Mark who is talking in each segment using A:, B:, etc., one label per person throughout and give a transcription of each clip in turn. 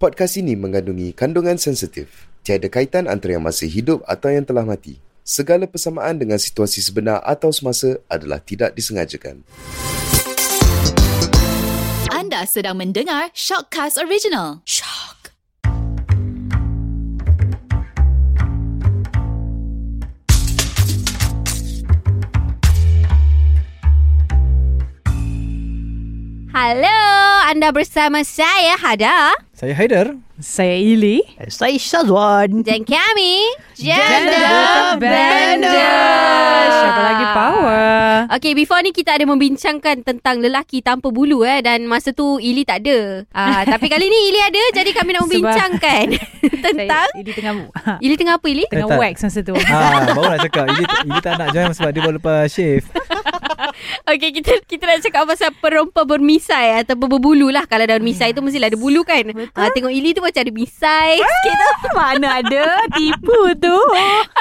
A: Podcast ini mengandungi kandungan sensitif. Tiada kaitan antara yang masih hidup atau yang telah mati. Segala persamaan dengan situasi sebenar atau semasa adalah tidak disengajakan.
B: Anda sedang mendengar Shockcast Original. Shock.
C: Hello, anda bersama saya Hada
D: Saya Haider.
E: Saya Ili.
F: Saya Syazwan.
C: dan kami
E: Gender
C: Gender
E: Bender.
C: Bender.
E: Siapa lagi power?
C: Okay, before ni kita ada membincangkan tentang lelaki tanpa bulu eh dan masa tu Ili tak ada. Ah, tapi kali ni Ili ada jadi kami nak
E: Sebab-
C: membincangkan tentang
E: Saya, Ili tengah
C: Ili tengah apa Ili?
E: tengah
D: Eh, tak.
E: wax masa tu.
D: ha, baru nak cakap. Ini, ini tak nak join sebab dia baru lepas shift.
C: Okay, kita kita nak cakap pasal perempuan bermisai ataupun berbulu lah. Kalau dah bermisai tu mestilah ada bulu kan. Ah, tengok Ili tu macam ada misai sikit tu.
E: Ah. Mana ada tipu tu.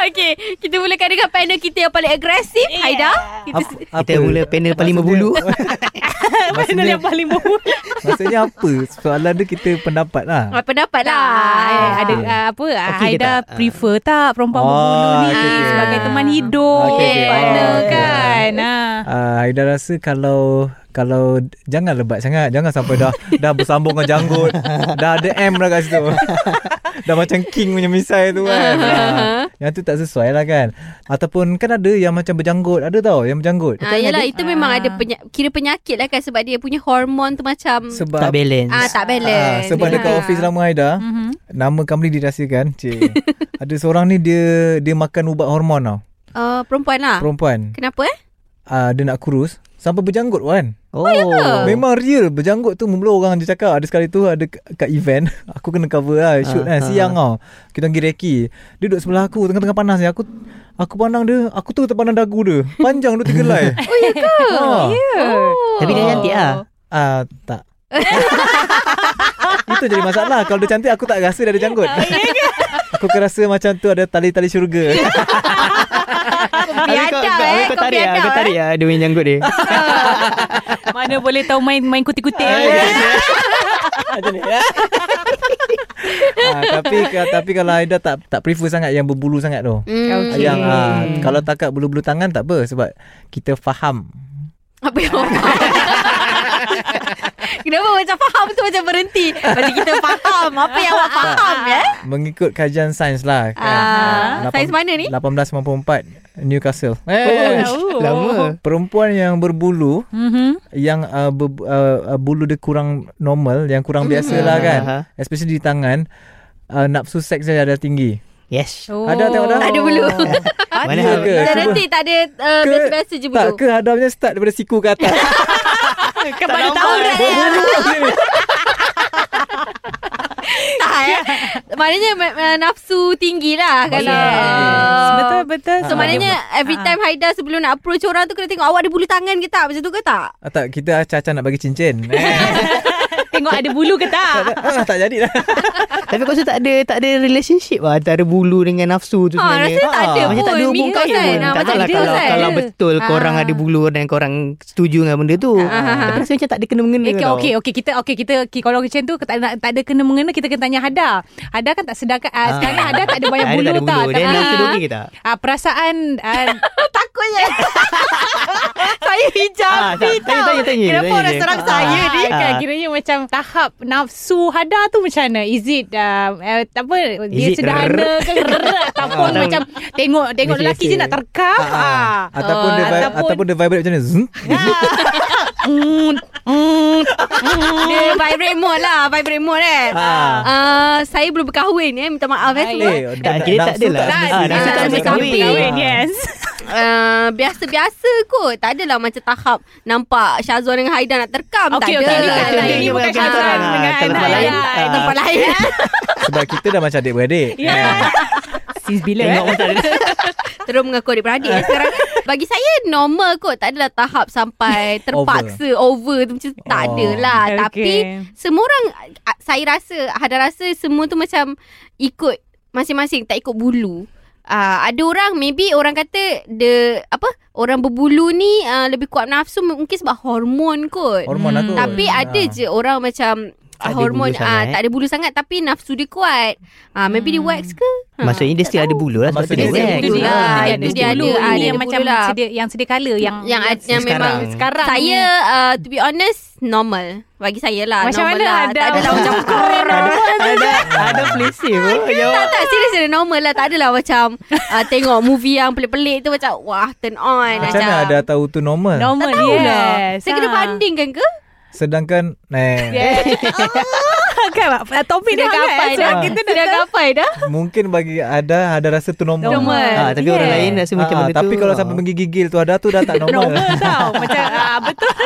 C: Okay, kita mulakan dengan panel kita yang paling agresif, yeah. Haida. Kita
D: Apa-
F: Kita mula panel paling
D: Maksudnya-
F: berbulu.
E: Mana
D: maksudnya,
E: yang paling bau.
D: maksudnya apa? Soalan dia kita pendapat lah.
C: Ah, pendapat lah.
E: Ah, ada
C: Ah.
E: ah, apa? ah,
F: Okey ke
E: Haida
F: tak?
E: prefer tak perempuan
D: Oh,
E: berbulu ni
D: okey,
C: okey.
E: sebagai teman
D: Ah,
E: hidup. eh,
D: okey, okey.
E: Partner
D: Ah, okey.
E: kan. Ah.
D: Uh, Aida rasa kalau kalau jangan lebat sangat jangan sampai dah dah bersambung dengan janggut dah ada M dah kat situ dah macam king punya misai tu
F: Ah,
D: kan uh, yang tu tak sesuai lah kan ataupun kan ada yang macam berjanggut ada tau yang berjanggut
C: Ah, yelah, itu memang ada penya- kira penyakit lah kan sebab dia punya hormon tu macam
D: sebab
F: tak balance.
C: ah tak
D: Ah,
C: balance.
D: sebab
C: Ah.
D: dekat office lama Aida mm-hmm. Nama company dirahsiakan Cik Ada seorang ni dia Dia makan ubat hormon tau
C: Ah, perempuan lah.
D: Perempuan
C: Kenapa eh?
D: uh, Dia nak kurus Sampai berjanggut kan
F: Oh. oh
D: Memang real Berjanggut tu Mula orang je cakap Ada sekali tu Ada k- kat event Aku kena cover lah Shoot
F: Ah,
D: kan
F: ah.
D: Siang tau Kita pergi reki Dia duduk sebelah aku Tengah-tengah panas ni Aku Aku pandang dia Aku tu terpandang dagu dia Panjang dua tiga lai Oh ya ke
F: Tapi dia cantik lah.
D: Ah, Tak Itu jadi masalah Kalau dia cantik Aku tak rasa dia ada janggut
C: Ah,
D: Aku akan rasa macam tu Ada tali-tali syurga
F: Habis
C: Biadab eh.
F: Kau
C: Kau
F: tarik lah.
C: biadab
F: Kau tarik
C: eh.
F: lah dia punya janggut dia.
E: Mana boleh tahu main main kutik-kutik.
F: Macam ni. eh?
D: ya. ah, Tapi tapi kalau Aida tak tak prefer sangat Yang berbulu sangat tu
C: Hmm.
E: Okay.
D: Yang uh, kalau takat bulu-bulu tangan tak apa sebab kita faham.
C: Apa yang orang Kenapa macam faham tu macam berhenti Macam kita faham Apa yang awak faham ya
D: Mengikut kajian sains lah.
C: Ah,
D: Lapan-
C: Sains mana ni
D: 1894 Newcastle. Eh.
F: Oh, Lama.
D: Perempuan yang berbulu
E: Mhm.
C: Mm-hmm.
D: yang uh, ber, uh, uh, bulu dia kurang normal, yang kurang
C: Mm-hmm.
D: biasa lah kan.
F: Aha.
D: Especially di tangan uh, nafsu seks dia ada tinggi.
F: Yes.
E: Oh.
D: Ada tengok dah?
C: Tak ada bulu.
F: Mana
D: Ya
F: ada?
D: ke?
C: Macam
D: Cuba-
C: nanti tak ada uh,
D: Ke-
C: Biasa-biasa je
D: Tak
C: bulu
D: ke hadapnya start daripada siku ke atas.
E: Kan baru tahu.
C: Orang yang-
D: Berbulu sini.
C: Tak eh Maknanya ma- ma- Nafsu tinggi lah Kalau
F: Yes.
C: uh,
E: Betul betul.
C: So maknanya Every time Haida sebelum nak approach orang tu Kena tengok awak ada bulu tangan ke tak Macam tu ke tak
D: Ah, tak kita acah-acah nak bagi cincin. Eh,
E: tengok ada bulu ke tak?
D: ah, tak jadi lah.
F: Tapi kau rasa tak ada tak ada relationship lah antara bulu dengan nafsu tu
C: Ha,
F: sebenarnya. Ah.
C: rasanya tak ada
F: Macam tak ada
C: pun.
F: hubungan
C: Mikos kan? Ha,
F: pun. tak
C: macam
F: tahu lah
C: dia
F: kalau,
C: kan?
F: kalau betul
C: Ah.
F: korang ada bulu dan korang setuju dengan benda tu.
C: Ah.
F: Tapi rasanya macam tak ada kena-mengena
E: Eh, Okay,
F: tau.
E: okay, okay, kita okay kita okay, kalau macam tu tak ada, tak ada kena mengena kita kena tanya Hada. Hada kan tak sedar kan ah. sekarang Hada tak ada banyak
F: Ah, dia
E: bulu
F: tak ada
E: tau.
F: Dia
E: Tapi
F: nafsu dia okey ke tak?
E: ah, perasaan ah,
C: Takutnya Saya
F: Ah,
C: hijabi tau
F: tak, tanya, tanya, tanya,
C: Kenapa
F: tanya
C: orang
F: je.
C: serang
F: Ah.
C: saya ni
F: Ah.
E: kan kiranya macam tahap nafsu Hada tu macam mana? Is it uh, uh, apa dia
F: Is it
E: sederhana ke ataupun
F: Ah.
E: macam tengok tengok
F: Biasa-biasa.
E: lelaki je nak terkam.
D: Ah,
E: Ah.
D: ataupun,
E: Oh,
D: dia vi- ataupun, dia vibrate macam ni. Zoom.
E: Mm, mm, mm.
C: Dia vibrate mode lah Vibrate mode eh
D: Ah.
C: uh, Saya belum berkahwin eh Minta maaf eh semua
D: Eh,
F: Tak, kira tak
D: nafsu
F: adalah.
D: ada
C: Ah,
D: sini.
C: nafsu tak ada
D: Nafsu
C: berkahwin.
D: ada
C: Berkahwin,
D: sini.
E: yes.
C: uh, Biasa-biasa kot Tak adalah macam tahap Nampak Syazwan dengan Haida nak terkam
E: Okey,
C: Tak
E: okey,
C: ada
E: ni
F: tak ada. Ni bukan
C: Ah,
F: Syazwan
E: dengan
F: dengan
C: tempat
F: Anak
C: lain
F: Anak.
C: Ah, Tempat lain
D: Sebab kita dah macam adik-beradik.
C: Ya.
D: Eh,
E: Yeah. Since bila?
F: Tengok pun tak ada.
C: Terus mengaku adik-beradik
E: Ah.
C: eh sekarang Bagi saya normal kot Tak adalah tahap sampai terpaksa Over, tu macam tu. tak
D: Oh.
C: ada lah
E: Okay.
C: Tapi semua orang ah, Saya rasa Ada rasa semua tu macam Ikut masing-masing Tak ikut bulu Uh, ada orang maybe orang kata the apa orang berbulu ni ah, uh, lebih kuat nafsu mungkin sebab hormon kot.
D: Hormon lah Ah. aku.
C: Tapi ada je orang macam
F: Ya. Tak ada
C: hormon
F: bulu sangat, eh?
C: ah tak ada bulu sangat tapi nafsu dia kuat. Ah maybe dia wax ke? Ha.
F: Maksudnya dia still ada bulu lah sebab tu
D: Maksudnya
E: Itu
F: dia
E: dia, Eh,
F: wax.
E: itu dia,
C: Ah,
E: dia,
C: itu
E: dia,
C: dia
E: ada,
C: ada,
E: ada,
C: ada
E: yang
C: bulu
E: macam
C: lah.
E: sedia, yang sedia color yang
C: yang yang, yang memang
F: sekarang.
E: Hmm, sekarang
C: saya uh, to be honest normal bagi saya lah
E: Macam
C: normal
E: mana
C: lah.
E: ada
C: tak ada lah macam korang
F: Ada ada plesir pun kau
C: tak
F: jawab.
C: tak serius dia normal lah tak adalah macam uh, tengok movie yang pelik-pelik tu macam wah turn on
D: Macam mana ada tahu tu normal?
E: normal
C: tahu
E: yes.
C: lah saya kena
E: Ha.
C: bandingkan ke
D: Sedangkan eh,
E: Yes. kan lah topik dia
C: Sudah
E: hangat
C: gapai dah
E: eh. Sebab kita dah
C: Sudah gapai dah
D: mungkin bagi ada ada rasa tu normal.
E: normal
F: Ah, tapi orang
E: Yes.
F: lain rasa macam
D: Ah,
F: benda tu.
D: Tapi kalau
F: ah.
D: sampai menggigil tu ada tu dah tak normal.
E: normal tau Macam ah, betul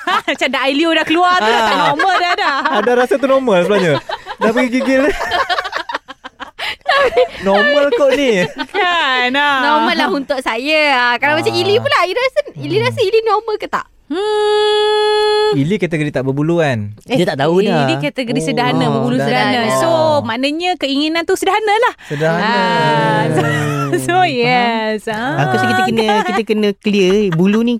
E: Macam dah Ailio dah keluar tu dah Tak
D: Ah.
E: normal dah dah
D: ada rasa tu normal sebenarnya. dah pergi gigil. normal kot ni.
E: Kan ah.
C: Normal lah untuk saya Ah, Kalau macam Ili pula Ili rasa Ili
F: Hmm.
C: rasa Ili normal ke tak?
E: Hmm.
D: Ili kategori tak berbulu kan?
F: Eh, Dia tak tahu dah.
E: Ini kategori
D: Oh,
E: sederhana Berbulu
D: sederhana.
E: sederhana So maknanya keinginan tu sederhana lah
D: Sederhana.
E: Ah, so, so yes ah.
F: Hmm. Aku rasa kita kena
C: kan.
F: kita kena clear eh. bulu ni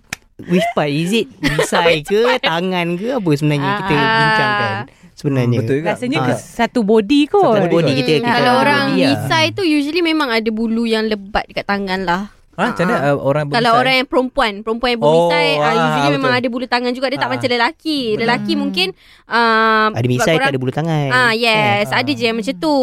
F: which part is it bisai ke tangan ke apa sebenarnya kita
E: Ah.
F: bincangkan sebenarnya
D: Betul juga.
E: Rasanya
F: Ah.
E: ke satu body kot
F: Satu body kita, kita
C: Hmm, Kalau
F: ada
C: orang
F: body lah.
C: misai tu Usually memang ada bulu yang lebat Dekat tangan lah
D: Ha, macam mana uh, orang
C: Kalau orang yang perempuan Perempuan yang bermisai oh, uh,
D: Oh, ah,
C: Usually
D: betul.
C: memang ada bulu tangan juga Dia tak
D: Ah.
C: macam lelaki Lelaki mungkin uh,
F: ada misai tak ada bulu kan? tangan. Eh.
C: Ah yes, ada je yang macam tu.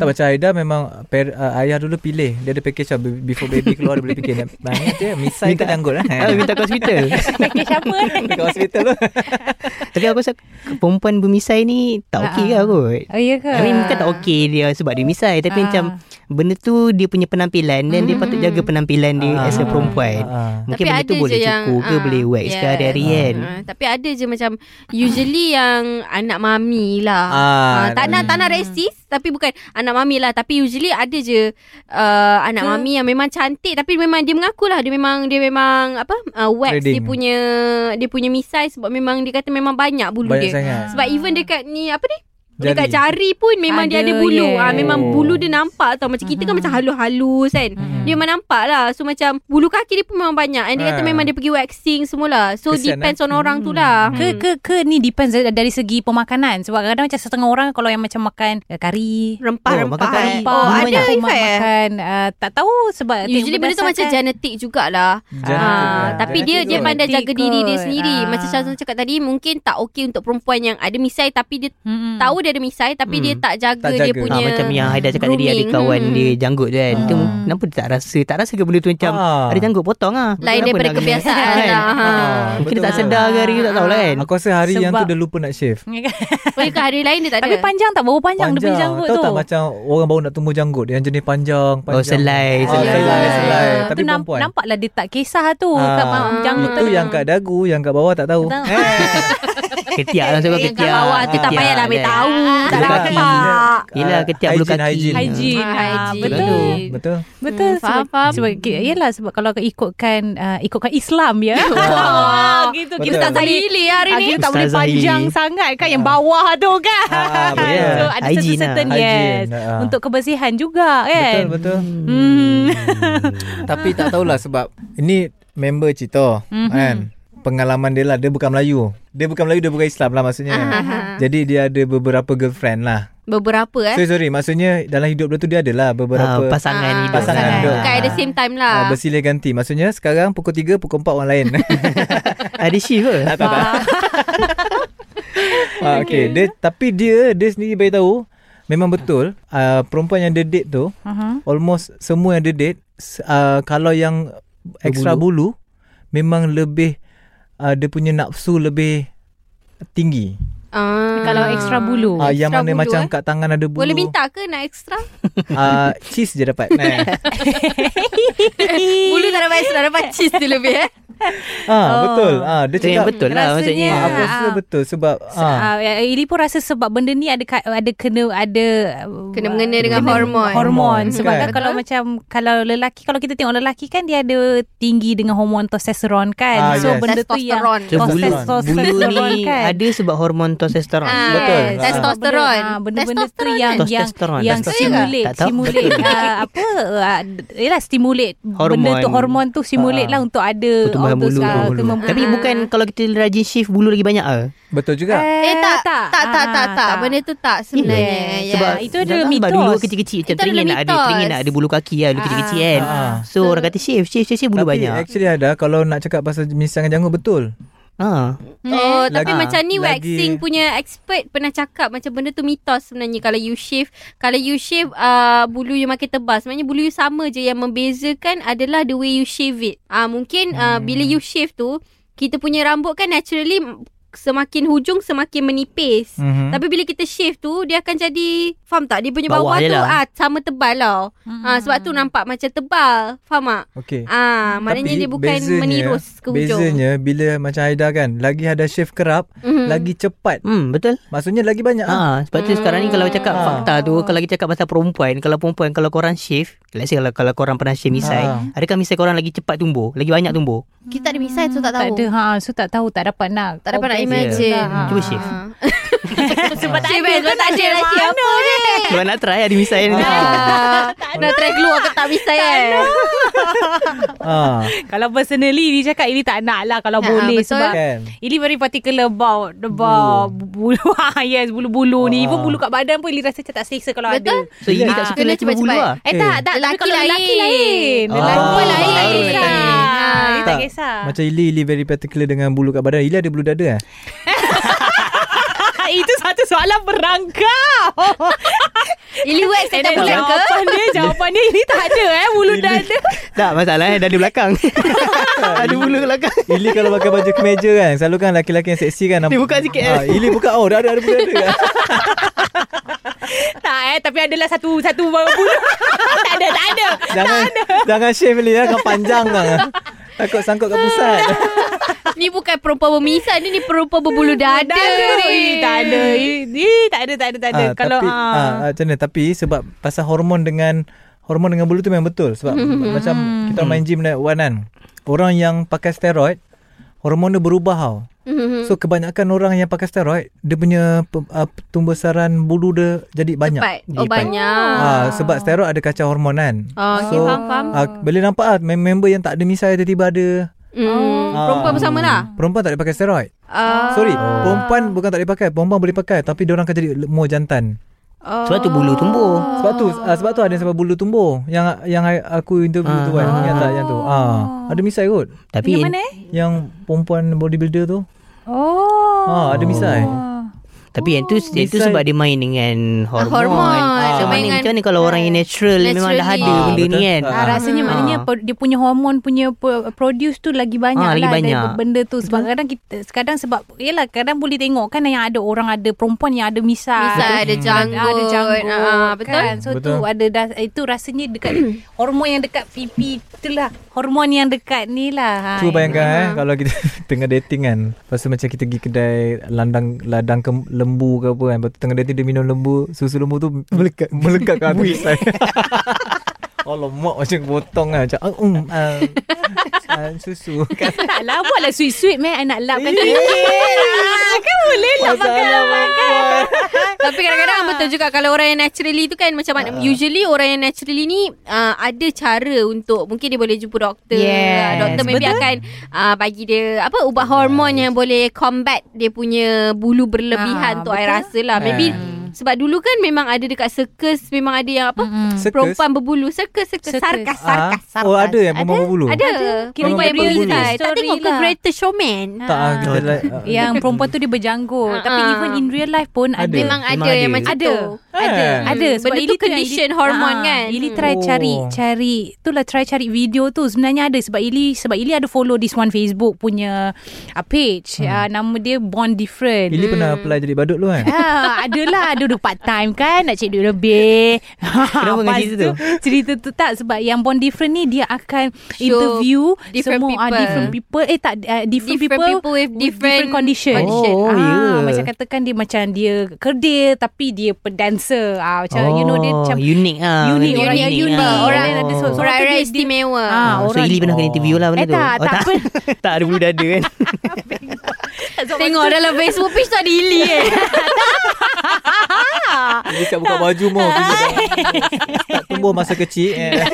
D: tak macam Aida memang per, uh, ayah dulu pilih dia ada package lah be- before baby keluar dia boleh fikir nak banyak je misai ke janggut lah
F: Ah, minta kat hospital.
E: Package apa eh?
D: dekat hospital
F: lah.
D: tu
F: Tapi aku rasa perempuan bermisai ni tak okey
C: Ah,
F: lah kot.
E: Oh ya ke
F: I mean bukan tak okey dia sebab dia misai tapi
E: Ah.
F: macam benda tu dia punya penampilan dan dia patut jaga penampilan dia
D: Ah.
F: as a perempuan.
D: Ah.
C: Hmm. Tapi
F: Mungkin benda tu
C: ada
F: boleh
C: je yang,
F: cukur ke
C: ah,
F: boleh wax ke
C: yes.
F: hari-hari kan.
C: Uh, tapi ada je macam usually yang anak mami lah.
D: Ah,
C: Ah, tak nak tak nak resist tapi bukan anak mami lah tapi usually ada je uh, anak mami yang memang cantik tapi memang dia mengaku lah dia memang dia memang apa uh, wax
D: Threading.
C: dia punya dia punya misai sebab memang dia kata memang banyak bulu
D: banyak
C: dia.
D: sangat
C: Sebab even dekat ni apa ni? Jari.
D: Jari. Oh.
C: Dekat jari pun memang dia
E: Ada, Mm-hmm.
C: ada bulu.
E: yes.
C: Ah memang bulu dia nampak tau. Macam kita kan macam halus-halus kan.
D: Mm-hmm. Hmm.
C: Dia memang nampak lah. So macam bulu kaki dia pun memang banyak. And dia kata
D: Ah.
C: memang dia pergi waxing semualah. So
D: Kesian,
C: depends
D: eh? Mm.
C: on orang tu lah.
E: Ke
C: Hmm.
E: ke ke ni depends eh, dari segi pemakanan sebab kadang-kadang macam setengah orang kalau yang macam makan eh, kari
F: Oh, makan
C: Rempah-rempah.
F: kari.
E: Rempah
C: Oh,
E: oh,
C: ada
E: ada
C: effect eh?
E: makan uh, tak tahu sebab
C: Usually benda tu macam genetik jugalah.
D: Genetik,
C: Ah,
D: ah.
C: tapi dia dia
E: Genetik
C: pandai
E: kot.
C: jaga diri dia sendiri.
E: Ah.
C: Macam Syazwan cakap tadi mungkin tak okey untuk perempuan yang ada misai tapi dia
E: hmm.
C: tahu dia ada misai tapi
F: Hmm.
C: dia tak jaga,
D: Tak
C: dia
D: jaga.
F: Ha,
C: punya
F: macam yang Haida cakap tadi ada
C: grooming.
F: kawan
C: Hmm.
F: dia janggut tu kan.
D: Ah.
F: Tu kenapa dia tak rasa? Tak rasa ke benda tu macam
D: Ah.
F: ada janggut potong ah.
C: lain
F: Kenapa
C: daripada
F: nak gini?
C: kebiasaan
F: Kan?
C: lah. Ha.
D: Ah,
F: Mungkin dia tak
D: betul-betul.
F: sedar ke hari tu tak tahu lah kan.
D: Aku rasa hari yang tu
E: Sebab-
D: dia lupa nak shave
C: Boleh ke hari lain dia tak ada.
E: tapi panjang tak baru panjang, dia punya janggut
D: Tahu
E: tu
D: tak macam orang baru nak tumbuh janggut yang jenis panjang, panjang.
F: Oh, selai,
D: Ah,
F: selai.
D: selai, selai.
E: Ah,
D: Tapi
E: tu namp-
D: perempuan.
E: nampaklah dia tak kisah tu
D: Ah.
E: kat ma- janggut
D: Itu yang kat dagu, yang kat bawah tak tahu.
E: Tak.
F: Ketiak lah sebab
C: Yang kat
F: ketiak.
C: bawah Eh, tu tak
F: Ketiak,
E: lah,
C: payahlah ambil
F: kan?
C: tahu. Tak
F: Bulu
C: nak
F: kaki.
C: nampak.
F: Yelah ketiak bulu
D: Ah, Hygiene,
F: kaki.
D: hygiene.
E: Hygiene.
C: Ah,
E: Ah,
C: hygiene.
E: betul.
D: Betul.
E: Betul.
C: Hmm, faham,
E: sebab,
C: faham.
E: Sebab, yelah, sebab kalau ikutkan, uh, ikutkan Islam ya. Wah, gitu.
D: Betul.
E: Kita tak boleh
C: Zahili hari
E: Ah,
C: ni.
E: kita tak boleh
F: Ustazah
E: panjang
F: Hili.
E: sangat kan
D: Ya.
E: Yang bawah tu kan
D: Ah, betul.
E: So ada
F: Hygiene lah.
E: certain-certain yes
D: Hygiene, ah.
E: Untuk kebersihan juga kan
D: Betul, betul.
E: Hmm.
D: Tapi tak tahulah sebab ini member cerita mm-hmm. kan. Pengalaman dia lah dia bukan Melayu. Dia bukan Melayu dia bukan Islam lah maksudnya. Jadi dia ada beberapa girlfriend lah.
C: Beberapa eh.
D: Sorry sorry maksudnya dalam hidup dia tu dia adalah
F: Ah,
D: beberapa
F: pasangan
C: Ah,
F: hidup.
D: pasangan
F: Ah.
D: hidup.
C: Bukan at the same time lah.
D: Ah, bersilih ganti Maksudnya sekarang pukul 3 Pukul 4 orang lain
F: Ada shift ke?
D: Tak tak
C: Ah.
D: tak ah, okay. dia, Tapi dia Dia sendiri bagi tahu Memang betul uh, Perempuan yang dia date tu
E: Uh-huh.
D: Almost semua yang dia date s- uh, Kalau yang Extra bulu Memang lebih uh, Dia punya nafsu lebih Tinggi
C: Ah.
E: Kalau ekstra bulu
D: uh, Yang
C: extra
D: mana
C: bulu,
D: macam
C: eh.
D: Kat tangan ada bulu
C: Boleh minta ke nak extra?
D: uh, Cheese je dapat nah.
C: bulu tak dapat extra, dapat cheese tu lebih eh.
D: ah,
C: Oh.
D: Betul ah, Dia
F: Itu yang
D: cakap
F: betul lah
C: Ya.
F: maksudnya.
E: Rasanya-
D: Ah, Aku rasa
E: Ah.
D: betul Sebab ah.
E: Uh, Ili pun rasa sebab benda ni ada ka- ada kena ada uh,
C: Kena mengena dengan hormon. Ah,
E: hormon
D: Hormon,
E: sebab
D: kan?
E: kan? kalau
C: Betul.
E: macam kalau lelaki kalau kita tengok lelaki kan dia ada tinggi dengan hormon testosteron kan
D: Ah, yes.
E: so benda tu yang
C: Testosteron.
F: So, bulu,
E: Testosteron.
F: bulu
E: Testosteron
F: ni
E: kan?
F: ada sebab hormon testosterone.
C: Ah,
D: Betul.
C: Testosteron.
E: Ah, Benda-benda tu
C: Testosteron
E: yang
C: kan?
E: yang
F: Testosteron.
E: yang
F: Testosteron.
E: simulate
F: Tak tahu.
E: simulate
F: Betul.
E: ah, apa ah, yalah stimulate benda
F: Hormon.
E: tu hormon tu simulate
F: Ah.
E: lah untuk ada
F: Pertumbuhan
E: all those,
F: bulu,
E: ah,
F: tu.
E: pertumbuhan bulu.
F: Tapi bukan kalau kita rajin shift bulu lagi banyak ah.
D: Betul juga.
C: Eh tak tak tak tak, tak,
E: Ah,
C: Benda tu tak sebenarnya.
E: Yeah.
C: Yeah.
E: Sebab-
F: Ah,
E: Ya, itu ada
F: Zazan Sebab
E: mitos.
F: dulu kecil-kecil Macam
C: Itu ada
F: teringin nak ada
C: mitos.
F: Teringin nak ada bulu kaki lah Dulu
E: Ah.
F: kecil-kecil kan
D: Ah.
F: So orang kata shave Shave shave, shave bulu
D: Tapi
F: banyak
D: actually ada kalau nak cakap pasal misai dengan janggut betul.
F: Ah,
C: Oh, tapi
D: Lagi-
C: macam ni
D: lagi-
C: waxing punya expert pernah cakap macam benda tu mitos sebenarnya kalau you shave, kalau you shave uh, bulu you makin tebal. Sebenarnya bulu you sama je yang membezakan adalah the way you shave it. Ah uh, mungkin uh,
D: Hmm.
C: bila you shave tu kita punya rambut kan naturally m- semakin hujung semakin menipis.
D: Mhm.
C: Tapi bila kita shave tu dia akan jadi faham tak dia punya bawah,
F: Bawah
C: tu
F: je lah.
C: ah sama tebal lah.
E: Hmm.
C: Ah sebab tu nampak macam tebal. Faham tak?
D: Okey.
C: Ah maknanya
D: Tapi
C: dia bukan
D: bezanya-
C: menirus ke hujung.
D: Bezanya bila macam Haida kan Lagi ada shift kerap
C: Mhm.
D: Lagi cepat
F: hmm, Betul
D: Maksudnya lagi banyak lah.
F: Ah, Sebab tu sekarang ni
E: Hmm.
F: Kalau cakap
D: Ah.
F: fakta tu Kalau kita cakap pasal perempuan Kalau perempuan Kalau korang shave Let's say kalau, kalau korang pernah shave misai
D: Ah.
F: Adakah misai korang lagi cepat tumbuh Lagi banyak tumbuh
C: Kita tak ada misai so tak tahu.
E: tak ada ha so tak tahu tak dapat nak
C: Tak dapat nak
E: compare
C: imagine.
E: lah.
F: Cuba shift.
E: sebab tak
C: Shave
E: ada
C: kan sebab tak ada lah siapa ni.
F: Kalau nak try ada misai ni
C: Ah, Nak try keluar ke tak bisa kan?
D: ah.
E: Kalau personally Dia cakap Ili tak nak lah Kalau
C: Ha,
E: boleh
C: betul.
E: Sebab
D: Kan
E: Ili very particular about About Bulu Ah, Yes bulu-bulu ni Even
D: Ah.
E: bulu kat badan pun Ili rasa macam tak selesa Kalau ada
C: Betul.
F: So ini
E: Ah.
F: tak suka
C: Kena
F: lelaki berbulu
C: cepat-cepat.
F: lah
E: Eh
D: Eh.
E: tak, tak.
C: Lelaki
E: Tapi kalau
C: lain.
E: Lelaki lain.
D: Ah.
E: Lelaki
D: Perempuan
E: lain.
D: lain.
E: Tak kisah.
C: Ah,
E: Dia tak kisah.
D: Macam Ili Ili very particular Dengan bulu kat badan Ili ada bulu dada eh
E: Ah, Itu satu soalan berangkap.
C: Ili wax setiap
E: Eh, dan
C: bulan ke?
E: jawapan dia, jawapan dia ini tak ada eh. Bulu dada.
F: Tak masalah eh Dada belakang Ada bulu belakang
D: Ili kalau pakai baju kemeja kan Selalu kan lelaki-lelaki yang seksi kan
F: Dia buka sikit, eh.
D: ah, Ili buka Oh dah ada, ada bulu dada kan
E: tak eh. Tapi adalah satu satu bulu. tak ada, tak ada.
D: Jangan Jangan shave Ili ya. Kau panjang kan Takut sangkut kat pusat
C: Ni bukan perempuan bermisai ni, ni perempuan berbulu dada
E: Eh,
C: ni.
E: Tak ada.
D: Ya.
E: Eh, eh, tak ada, tak ada, tak ada.
D: Ah,
E: Kalau
D: tapi,
E: ah.
D: ah, ah, Macam mana Tapi sebab Pasal hormon dengan Hormon dengan bulu tu memang betul Sebab
C: Hmm.
D: macam Kita orang main gym naik wan kan Orang yang pakai steroid Hormon dia berubah tau
C: Mhm.
D: So kebanyakan orang yang pakai steroid Dia punya pe- ah, tumbesaran bulu dia Jadi banyak
C: Cepat. Oh
F: Lipat.
C: banyak.
D: Ah, sebab steroid ada kacau hormon kan.
C: Oh, okay,
D: So,
C: faham, faham.
D: ah, boleh nampak ah mem- member yang tak ada misai tiba-tiba ada
C: Mm,
D: ah,
C: Perempuan pun sama lah.
D: Perempuan tak boleh pakai steroid.
C: Ah,
D: Sorry, perempuan bukan tak boleh pakai, perempuan boleh pakai tapi dia orang akan jadi more jantan.
F: Sebab tu bulu tumbuh
E: Oh.
D: Sebab tu ah, sebab tu ada yang sebab bulu tumbuh yang yang I- aku interview tu kan, yang tak yang tu. Ah, ada misai kot.
F: Tapi
E: Mana eh?
D: Yang perempuan bodybuilder tu.
E: Oh.
D: Ah, ada misai.
F: Tapi yang tu yang tu
D: Misal-
F: sebab dia main dengan
E: Ah,
F: hormon.
C: hormon. Dia main
F: So mana
C: dengan-
F: macam mana kalau orang yang natural memang
C: Naturally.
F: dah ada
D: Ah,
F: benda ni
D: betul.
F: kan.
D: Ah,
E: Ah, rasanya
F: Ah.
E: maknanya per- dia punya hormon punya pro- produce tu lagi banyak
F: Ah, lagi
E: lah
F: banyak.
E: dari benda tu sebab kadang kita kadang sebab yalah kadang boleh tengok kan yang ada orang ada perempuan yang ada
D: Ah.
E: misal Ah,
C: Misai, ada janggut.
E: ada janggut
C: Ah, betul.
E: kan? so
D: Betul.
E: tu ada dah itu rasanya dekat hormon yang dekat pipi itulah hormon yang dekat ni lah
D: Cuba bayangkan eh kalau kita tengah dating kan. Lepas tu macam kita pergi kedai landang ladang ke lembu ke apa kan. Lepas tu tengah dating dia minum lembu, susu lembu tu melekat melekat kat habis saya. Alamak macam potong lah Macam ah, um, ah, ah, Susu kan
E: tak lah buatlah sweet-sweet meh nak kan. lapkan kecil lah kan boleh lah
D: Masalah makan
C: Tapi kadang-kadang
E: Ah.
C: betul juga kalau orang yang naturally tu kan macam mana usually orang yang naturally ni uh, ada cara untuk mungkin dia boleh jumpa doktor. ah,
E: Yes,
C: doktor maybe
E: betul.
C: akan uh, bagi dia apa ubat hormon yang boleh combat dia punya bulu berlebihan
E: Ah,
C: tu I
E: betul. Eh.
C: rasa lah. Maybe sebab dulu kan memang ada dekat circus memang ada yang apa
D: Circus?
C: perempuan berbulu circus circus
E: Circus.
C: sarkas
D: Ah,
C: sarkas. sarkas.
D: Oh ada yang perempuan berbulu
C: Ada. Perempuan yang
D: Perempuan
C: berbulu. kan.
D: berbulu.
C: Tak tengok ke
E: Story lah.
C: Greatest Showman?
D: Tak ah, kita like, ah,
E: yang perempuan tu dia berjanggut tapi
C: Ah.
E: even in real life pun
D: Ada.
E: ada,
C: Memang,
F: Memang
C: ada,
F: ada.
C: yang macam
E: Ada.
C: tu.
E: Ada,
D: Eh.
E: ada
C: Hmm, benda
E: Ili
C: tu condition hormon
E: Ah,
C: kan?
E: Ili
C: Hmm.
E: try
D: Oh.
E: cari cari itulah try cari video tu sebenarnya ada sebab Ili sebab Ili ada follow this one Facebook punya uh, page. Hmm. Uh, nama dia Born Different.
D: Ili pernah apply jadi badut lu kan
E: Ah, adalah ada dulu part time kan Nak cari duit lebih
F: Kenapa dengan
E: Lepas
F: cerita tu?
E: Cerita tu tak Sebab yang Born Different ni Dia akan
C: Show
E: interview
C: different
E: Semua ah,
C: people.
E: different people Eh tak uh, different,
C: Different people with different
E: condition,
F: condition. Oh,
E: ah,
F: ya.
E: Macam katakan dia macam Dia kerdil Tapi dia pedancer ah, Macam you know Dia macam
F: Unique lah
E: Unique,
F: Memang
E: orang
C: yang
E: unique
C: unique.
F: lah.
E: Orang
C: Oh.
E: ada so,
C: Orang
E: tu
C: orang
E: dia- dia-
C: istimewa.
E: Ah,
F: So
E: orang
F: Ili pernah kena interview lah benda
E: Eh,
F: tu
E: tak, tak apa.
F: tak ada bulu dada kan
C: Tengok dalam Facebook page tak ada Ili eh.
D: Dia tak buka baju mau Tak tumbuh masa kecil eh.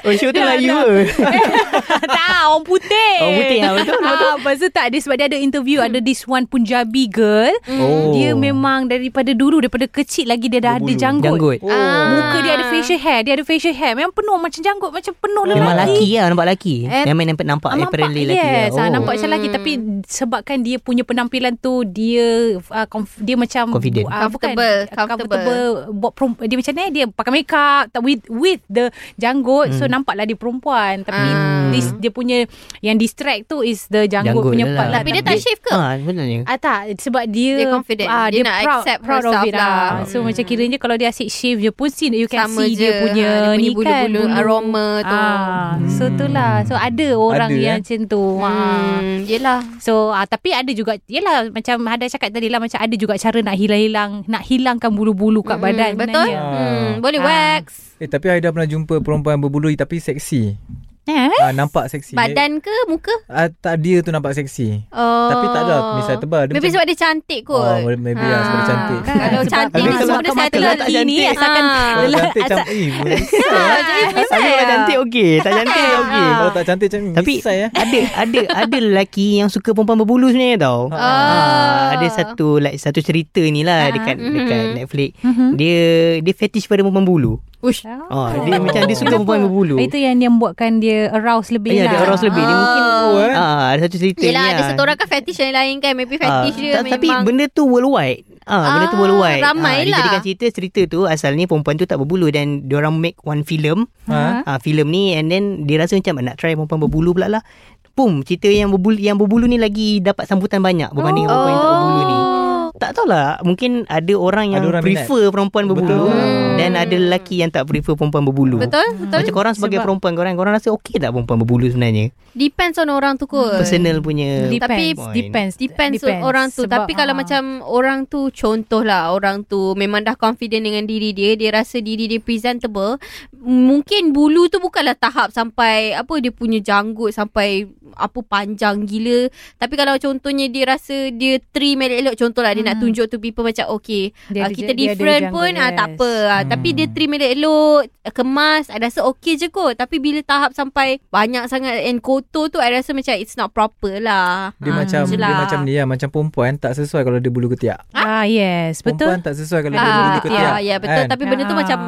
F: Oh show tu
E: Ya,
F: Melayu ke
E: tak, orang putih.
F: Orang putih, ah, betul,
E: Ah, lepas tu tak ada sebab dia ada interview ada this one Punjabi girl.
F: Hmm.
D: Oh.
E: Dia memang daripada dulu daripada kecil lagi dia dah ada
D: Berbulu.
E: janggut.
F: Janggut
E: Ah. Muka dia ada facial hair, dia ada facial hair. Memang penuh macam janggut, macam penuh lelaki.
F: Memang lelaki lah Nampak lelaki
E: Eh,
F: Memang nampak, nampak apparently lelaki
E: yes,
F: lah
E: ah,
F: Oh.
E: nampak macam lelaki tapi sebabkan dia punya penampilan tu dia uh, conf- dia macam
F: Confident.
E: ah, bukan,
C: Comfortable,
E: comfortable buat perempuan, dia macam ni eh, dia pakai make up tak with, with the janggut so
F: Hmm.
E: nampaklah dia perempuan tapi
C: Ah.
E: this, dia punya yang distract tu is the janggut,
F: Janggut
E: punya
F: dia
E: part
F: lah.
E: lah
C: Tapi dia tak shave ke?
F: Ah, sebenarnya
E: Ah tak sebab dia ah,
C: Dia confident. Dia nak
E: proud,
C: accept
E: proud of
C: herself
E: it lah.
C: lah.
E: So
C: Hmm.
E: macam kiranya kalau dia asyik shave je pun see you can
C: Sama je.
E: see Kan dia punya
C: Ah, dia punya
E: ni kan
C: bulu-bulu, aroma tu.
E: Ah, so tu lah. So ada orang
D: Ada,
E: yang
D: eh?
E: macam tu. Ah.
C: Hmm, yelah.
E: So ah, tapi ada juga Yelah macam Hada cakap tadi lah Macam ada juga cara nak hilang-hilang Nak hilangkan bulu-bulu kat
C: Mm,
E: badan
C: Betul?
E: sebenarnya.
C: Hmm, boleh
E: Ah.
C: wax.
D: eh tapi Aida pernah jumpa perempuan berbulu tapi seksi.
E: Eh?
D: Ah nampak seksi.
C: Badan ke muka?
D: Ah, tak dia tu nampak seksi.
C: Oh.
D: Tapi tak ada lah, misal tebal. Dia
C: Maybe
D: macam-
C: sebab dia cantik kot. Ah.
D: Oh, maybe lah, sebab dia cantik.
E: Kan?
C: Kalau
E: Sebab-
C: cantik
E: Tapi
C: ni
E: kalau
C: semua dia
E: kau mata
C: satu
E: letak
C: lati
E: cantik,
C: ni asalkan Ya,
D: Kalau cantik macam eh,
C: Ah.
D: misai.
F: Tapi kalau cantik okey Ah, Tak cantik okey
D: Kalau tak cantik macam
F: Tapi
D: misai eh.
F: ada ada ada lelaki yang suka perempan berbulu sebenarnya tau.
D: Ah.
F: Ah, ada satu like satu cerita ni lah dekat dekat
C: Mhm.
F: Netflix.
E: Mhm.
F: Dia dia fetish pada perempuan bulu.
C: Ush.
F: Ah, dia macam dia suka
E: Kenapa?
F: perempuan berbulu.
E: Itu yang yang buatkan dia arouse lebih
F: Ya,
E: lah
F: dia arouse lebih. Dia mungkin
D: Oh, eh.
F: ah, ada satu cerita
C: Yelah,
F: ni.
C: ada
F: lah.
C: satu orang kan fetish yang lain kan. Maybe
F: Ah,
C: fetish dia
F: ta-
C: memang.
F: Tapi benda tu worldwide. Ah, benda tu
C: Ah,
F: worldwide.
C: ramai
F: ah, dia
C: lah.
F: jadikan cerita cerita tu asalnya perempuan tu tak berbulu dan diorang make one film.
D: Ha?
F: Ah, filem ni and then dia rasa macam nak try perempuan berbulu pula lah. Boom, cerita yang berbulu yang berbulu ni lagi dapat sambutan banyak berbanding oh. perempuan yang tak berbulu ni. Tak tahulah, mungkin ada orang yang
D: Ada orang
F: prefer perempuan berbulu
D: Betul.
F: Betul. dan ada lelaki yang tak prefer perempuan berbulu.
C: Hmm. Betul? Betul?
F: Macam korang sebagai
E: Sebab-
F: perempuan korang korang rasa okey tak perempuan berbulu sebenarnya?
C: Depends on orang tu kot.
F: Personal punya
E: Depends,
C: Tapi
E: depends,
C: Depends, depends orang tu
E: Sebab,
C: Tapi kalau
E: ah.
C: macam Orang tu contohlah Orang tu memang dah confident dengan diri dia Dia rasa diri dia presentable Mungkin bulu tu bukanlah tahap sampai Apa dia punya janggut Sampai apa panjang gila Tapi kalau contohnya dia rasa Dia trim elok-elok Contohlah dia nak tunjuk tu people macam Okay
E: Hmm. Dia
C: dia
E: ada-
C: ah, kita
E: dia ada
C: different
E: janggut,
C: pun ah,
E: yes. Hmm.
C: Tak apa ah, Tapi dia trim elok-elok ah, Kemas I rasa okay je kot Tapi bila tahap sampai Banyak sangat And kotor tu I rasa macam It's not proper lah
D: Dia
C: Ah,
D: macam
C: je
D: dia
C: lah.
D: macam ni lah Macam perempuan tak sesuai kalau dia bulu ketiak.
E: Ah yes
D: Perempuan
E: Betul
D: tak sesuai kalau Kan dia bulu
C: Ah,
D: ketiak.
C: ah, ya betul
D: kan?
C: tapi benda tu
E: Ah.
C: macam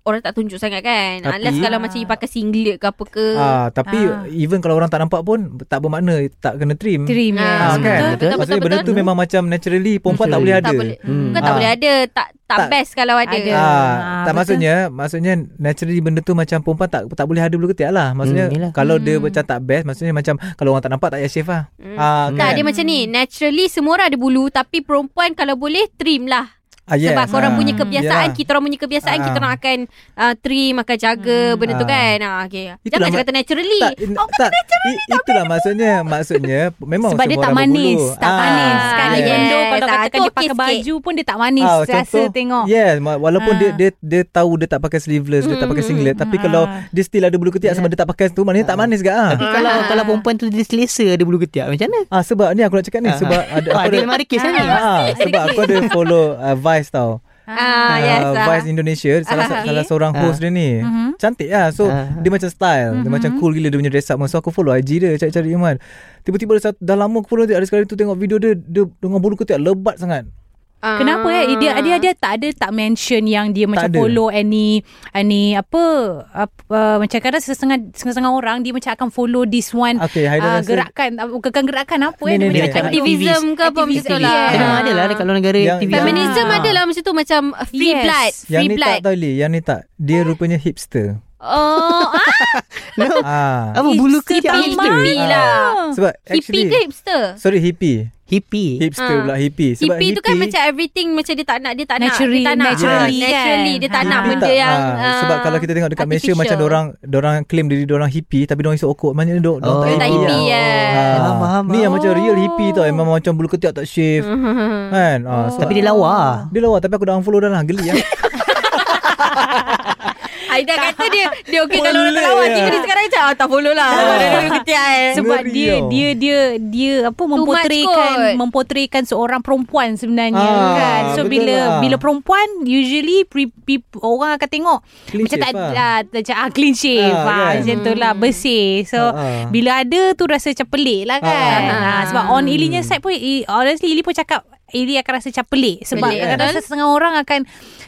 C: orang tak tunjuk sangat kan.
D: Tapi-
C: Unless kalau macam you pakai singlet ke apa ke.
D: Ah, tapi
E: Ah.
D: even kalau orang tak nampak pun tak bermakna tak kena trim.
E: Trim yes
C: Ah,
D: Ah, kan?
C: betul, betul,
D: Maksudnya
C: betul,
D: benda
C: betul.
D: tu memang macam naturally perempuan tak boleh ada.
F: Naturally.
C: Tak boleh. Ya.
F: Hmm.
C: Bukan tak
D: Ah.
C: boleh ada, tak tak,
D: Tak-
C: best kalau ada.
E: Ada.
D: Ah,
E: Ah,
D: tak
E: betul.
D: maksudnya maksudnya naturally benda tu macam perempuan tak tak boleh ada bulu ketiak lah. Maksudnya
F: Hmm, yelah.
D: kalau dia
C: Hmm.
D: macam tak best maksudnya macam kalau orang tak nampak tak payah shave lah.
C: Hmm.
D: Ah,
F: Tak,
C: Tak
D: kan?
C: dia macam ni Naturally semua orang ada bulu Tapi perempuan kalau boleh Trim lah
D: ah, yes,
C: Sebab korang
D: ah.
C: punya kebiasaan
D: Yelah.
C: Kita orang punya kebiasaan
D: Ah.
C: Kita orang akan uh, Trim Akan jaga Benda tu
D: Ah.
C: kan ah, okay.
D: Itulah
C: Jangan
D: mak-
C: cakap naturally
D: tak, in- tak, i, itulah maksudnya maksudnya memang
E: sebab dia
D: semua
E: tak
D: orang Ah.
E: manis
D: berbulu.
E: Tak manis Sekali
D: yes.
E: yeah. benda Kalau
C: Ah,
E: katakan
C: tu
E: dia
C: okey
E: pakai
C: sikit.
E: baju pun Dia tak manis
D: Ah,
E: Rasa tengok
D: Yes ma- Walaupun dia,
E: Ah.
D: dia Dia tahu dia tak pakai sleeveless Dia tak pakai singlet Tapi
E: Ah.
D: kalau Dia still ada bulu ketiak Sebab dia tak pakai tu Maknanya tak manis ke ah.
F: Tapi kalau kalau perempuan tu dia selesa ada bulu ketiak macam mana?
D: ah Sebab ni aku nak cakap ni
F: Ah.
D: Sebab ada
F: Ah,
D: aku
F: dia
D: ada,
F: memang ada kes kan ni.
D: ah, Sebab aku ada follow uh, Vice tau
C: ah, yes,
D: uh,
C: ah.
D: Vice Indonesia salah
C: Ah, Mhm.
D: salah seorang
F: Ah.
D: host dia ni. Cantik lah. So
F: Ah.
D: dia macam style, dia macam cool gila dia punya dress up. So aku follow IG dia cari-cari Iman. Tiba-tiba ada satu, dah lama aku follow dia ada sekali tu tengok video dia dia dengan bulu ketiak lebat sangat.
C: Ah.
E: Kenapa eh dia dia dia tak ada tak mention yang dia macam
D: ada.
E: follow any any apa, apa uh, macam kadang setengah setengah orang dia macam akan follow this one
D: Okay,
C: ah,
D: Haida
E: uh,
D: rasa-
E: gerakan uh, bukan gerakan apa
D: Ni,
E: eh
D: ni, ni.
E: dia macam
F: Activity.
C: Activism ke apa
E: Activism,
C: macam tu lah
E: yes.
F: Memang
E: Ah.
F: ada lah dekat luar negara
D: Yang-
F: aktivis.
C: Feminism
E: Ah.
C: adalah macam tu Macam free
E: Yes.
C: blood
D: Yang
C: Free
D: ni tak
C: blood Eh?
D: tahu Lee, yang ni tak. Dia rupanya hipster.
C: Oh, ah,
F: No.
D: Ah.
F: Apa bulu ke dia
C: hippie
F: hipster?
C: hippie lah.
D: Sebab
C: Oh. Hippie
D: actually
C: ke hipster?
D: Sorry hippie
F: Hippie.
D: Hipster
C: Ah.
D: pula hippie Sebab
C: hippie, tu kan macam everything macam dia tak nak dia tak nak dia
E: Naturally-
C: tak nak
E: naturally
C: Ah,
E: kan. ha.
C: naturally dia tak
E: Hippie
C: nak
D: hippie
C: benda
D: tak-
C: yang
D: ah, Sebab
C: ah,
D: kalau kita tengok Dekat Malaysia Macam
C: artificial.
D: dorang Dorang claim diri dorang hippie Tapi dorang esok okok Maknanya dorang, dorang
C: Dia tak hippie
D: Ah.
C: eh.
F: Oh. Faham, faham,
D: kan? Ha. Ni yang
F: faham.
D: macam real hippie tau Yang memang macam bulu ketiak tak shave Kan ah, sebab-
F: Oh. Tapi dia lawa.
D: Dia lawa Tapi aku dah unfollow dah lah Geli lah
C: Aida kata dia dia okey kalau orang tak
D: Boleh
C: lawan
D: lah.
C: Tapi dia sekarang macam ah, tak follow lah. Dia dulu ketiak eh.
E: sebab
D: Ngeri
E: dia
D: tau.
E: dia dia dia apa
C: much
E: mempotrikan
C: kot.
E: mempotrikan seorang perempuan sebenarnya
D: Ah,
E: kan so
D: betul
E: bila
D: lah.
E: bila perempuan usually pre, pe, orang akan tengok
D: Clean
E: macam tak
D: shave lah.
E: ah, macam ah, clean shave
D: Ah,
E: ah,
D: kan?
E: macam tu lah
C: Hmm.
E: bersih so
D: Ah, ah.
E: bila ada tu rasa macam pelik lah kan
D: Ah,
E: ah,
C: ah.
E: sebab on Ilinya side pun I- honestly Ili pun cakap Ili akan rasa macam pelik sebab
C: Pelik,
E: pelik, akan
C: betul.
E: rasa setengah orang akan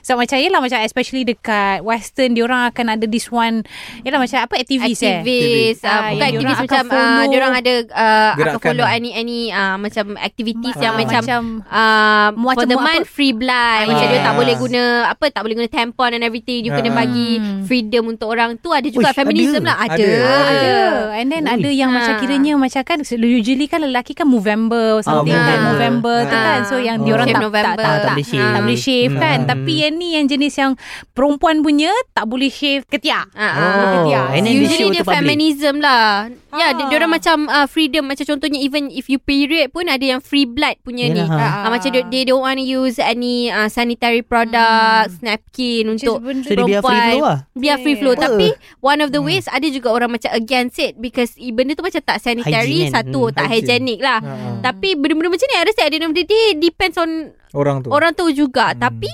E: sebab macam yelah macam especially dekat western diorang akan ada this one yelah macam apa aktivis, eh
C: Aktivis ah,
E: Ah,
C: Bukan
E: yang
C: aktivis
E: diorang
C: macam
E: akan
C: ah,
E: follow.
C: Diorang ada ah, Akan
D: Gerakan
C: follow
D: lah.
C: any-any ah, Macam aktivitis
E: Ma-
C: yang
E: ah,
C: macam
E: macam
C: uh,
E: Macam
C: for the
E: buat
C: month free blood
E: Ah,
C: macam dia tak
D: yes.
C: boleh guna apa tak boleh guna tampon and everything you kena
D: Ah.
C: bagi freedom untuk orang tu ada juga
F: Hmm. Uish,
C: feminism
F: ada.
C: lah ada
D: Ada,
E: ada. And then
F: Ui.
E: ada yang
C: Ah.
E: macam kiranya macam kan usually kan lelaki kan November or something
D: Ah,
E: kan
C: November.
E: November
C: Oh,
E: tu
C: Ah.
E: kan so yang
F: Oh.
E: diorang
C: Shave
E: tak, tak,
C: November. Hmm.
E: tak,
F: tak
E: tak,
F: boleh shave. Hmm.
E: tak boleh shave kan tapi yang ni yang jenis yang perempuan punya tak boleh shave ketiak.
C: Ah,
F: Oh,
C: ah.
F: and then they
C: Usually
F: show to
C: dia
F: public.
C: feminism lah Ya yeah,
E: Ah.
C: dia orang macam uh, freedom Macam contohnya even if you period pun Ada yang free blood punya ni
F: Yelah, ha.
C: Ah, Macam dia, they don't want to use any uh, sanitary products
F: Hmm.
C: Napkin untuk
F: So dia biar free
C: perempuan.
F: flow lah.
C: Biar free flow
F: Yeah.
C: Tapi One of the
F: Hmm.
C: ways Ada juga orang macam Against it Because i- benda tu macam Tak sanitary
F: Hygiene kan?
C: Satu
F: Hmm,
C: tak
D: hygiene.
C: hygienic lah
D: Ah, ah.
C: Tapi benda-benda macam ni I rasa at the end of the day Depends on
D: Orang tu
C: Orang tu juga
D: Hmm.
C: Tapi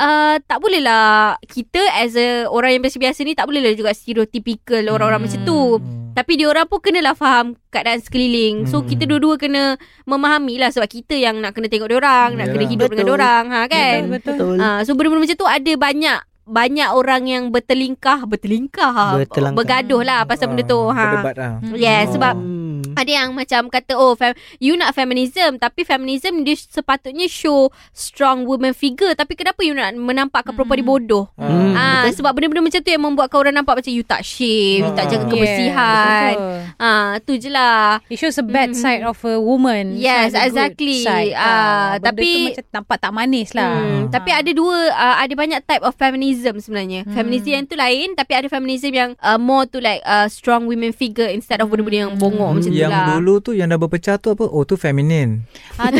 C: uh, Tak bolehlah Kita as a Orang yang biasa-biasa ni Tak bolehlah juga Stereotypical Orang-orang macam tu
D: Hmm.
C: tapi diorang pun kenalah faham keadaan sekeliling. So
D: Hmm.
C: kita dua-dua kena memahami lah sebab kita yang nak kena tengok diorang, nak kena
D: Yalah.
C: hidup dengan
F: Betul.
C: diorang. Ha kan?
F: Betul.
C: Ah, so benda-benda macam tu ada banyak banyak orang yang bertelingkah, bertelingkah. ha,
F: Bertelangkah.
C: Bergaduh lah pasal benda tu.
D: Ah,
C: Ha.
D: Berdebat lah
C: Yes,
D: Oh.
C: sebab
F: Hmm.
C: ada yang macam kata oh fem- you nak feminism tapi feminism dia sepatutnya show strong woman figure tapi kenapa you nak menampakkan perempuan dia bodoh?
F: Hmm.
C: Ah sebab benda-benda macam tu yang membuatkan orang nampak macam you tak shave, you tak
D: Ah.
C: jaga
D: Yeah,
C: kebersihan. Ah tu je lah.
E: It shows a bad
C: Mm.
E: side of a woman.
C: Yes,
E: It's not a good
C: exactly.
E: side.
C: Ah,
E: benda
C: tapi-
E: tu macam nampak tak manis lah.
C: Hmm, tapi ada dua uh, ada banyak type of feminism sebenarnya. Hmm. Feminism yang tu lain tapi ada feminism yang uh, more to like uh, strong women figure instead of benda-benda yang bongok
F: Hmm.
C: macam tu
D: Yang
C: lah.
D: dulu tu Yang dah berpecah tu apa Oh tu feminin
E: Ah, tu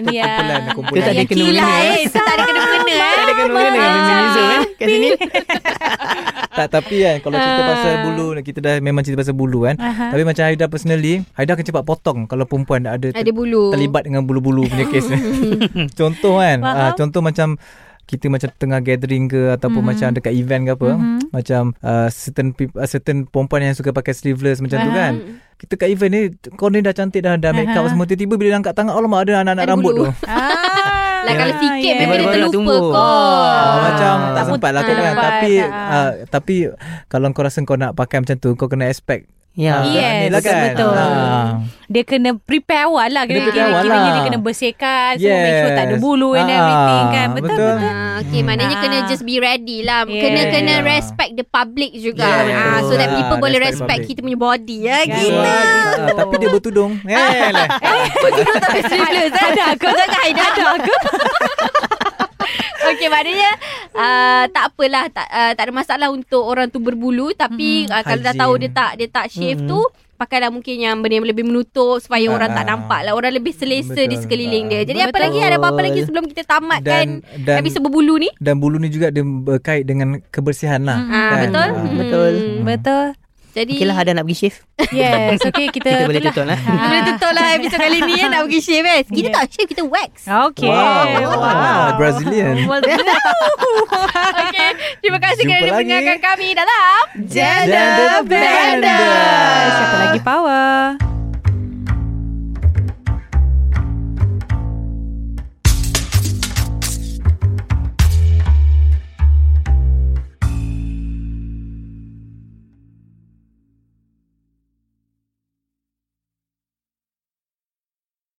D: Oh,
E: ya.
D: tu
E: yeah.
D: kumpulan, kumpulan.
F: Dia tak ada
E: Yang
F: kena-mengena,
E: kilat,
F: eh.
E: eh. Tu tak ada kena-mengena. eh.
F: Tak ada kena-mengena dengan feminism eh kat sini.
D: Tak tapi kan Kalau cerita
C: Ah.
D: pasal bulu Kita dah memang cerita pasal bulu kan
E: Aha.
D: Tapi macam Haida personally Haida akan cepat potong Kalau perempuan ada, ter-
C: Ada bulu.
D: terlibat dengan bulu-bulu punya kes Contoh kan
E: Faham.
D: ah, Contoh macam kita macam tengah gathering ke ataupun mm-hmm. macam dekat event ke apa mm-hmm. macam uh, certain peop- uh, certain perempuan yang suka pakai sleeveless macam tu kan
E: Mm-hmm.
D: kita kat event ni kau ni dah cantik dah dah make up
E: Uh-huh.
D: semua tiba-tiba bila dia angkat tangan alamak ada anak-anak
C: Ada
D: rambut
C: bulu.
D: tu
E: Ah,
C: Lah kalau sikit
E: yeah.
C: memang dia
F: Baru-baru nak
C: terlupa
F: tumbuh.
C: kot.
D: Ah, macam tak
E: tak
D: sempat lah tu
E: tak
D: kan
E: sempat.
D: tapi
E: Ah.
D: uh, tapi kalau kau rasa kau nak pakai macam tu kau kena expect ah,
F: Ya.
E: Yes,
D: ni lah kan
E: betul.
D: Ah.
E: Dia kena prepare awal lah
D: Dia
E: Kira
D: prepare awal
E: kira lah.
D: lah.
E: Dia kena bersihkan yes. So make sure tak ada
D: Yes.
E: bulu And
D: Ah,
E: everything kan Betul
D: betul.
E: betul,
C: Ah, okay, maknanya kena
E: Ah.
C: just be ready lah.
E: Yeah.
C: Kena kena
D: Yeah.
C: respect the public juga.
D: Yeah,
C: ah, so
F: betul.
C: that people
D: Ah,
C: boleh
D: respect
C: respect
D: public.
C: kita punya body ya.
E: Yeah.
C: Gitu.
D: Ah, tapi dia bertudung eh lah
C: tapi serius eh? Ada aku Jangan Haida Ada aku Okay maknanya uh, Tak apalah tak, uh, tak ada masalah Untuk orang tu berbulu Tapi uh, Kalau dah
D: Hygiene.
C: tahu Dia tak dia tak shave tu Pakailah mungkin yang Benda yang lebih menutup Supaya
D: Ah,
C: orang tak
D: ah.
C: nampak lah Orang lebih selesa
D: Betul.
C: Di sekeliling
D: Ah,
C: dia Jadi apa
E: betul.
C: lagi Ada apa-apa lagi Sebelum kita tamatkan
D: dan dan
C: Episod berbulu ni
D: dan bulu ni juga dia berkait dengan kebersihan lah
C: Ah,
D: kan?
C: Betul
D: Ah.
C: Hmm.
F: Betul.
E: betul.
C: Jadi ah,
F: Okey lah Hada nak pergi shave.
E: Yes okay kita
F: Kita boleh tutup lah.
C: Kita boleh tutup lah Episod kali ni eh, Nak pergi shave eh Kita
D: Ya.
C: tak shave Kita wax
E: Ah. Okay
D: Wow, wow. Brazilian.
C: Okay Terima kasih
D: Jumpa
C: kerana
D: lagi.
C: mendengarkan kami Dalam
D: Gender
E: Siapa lagi power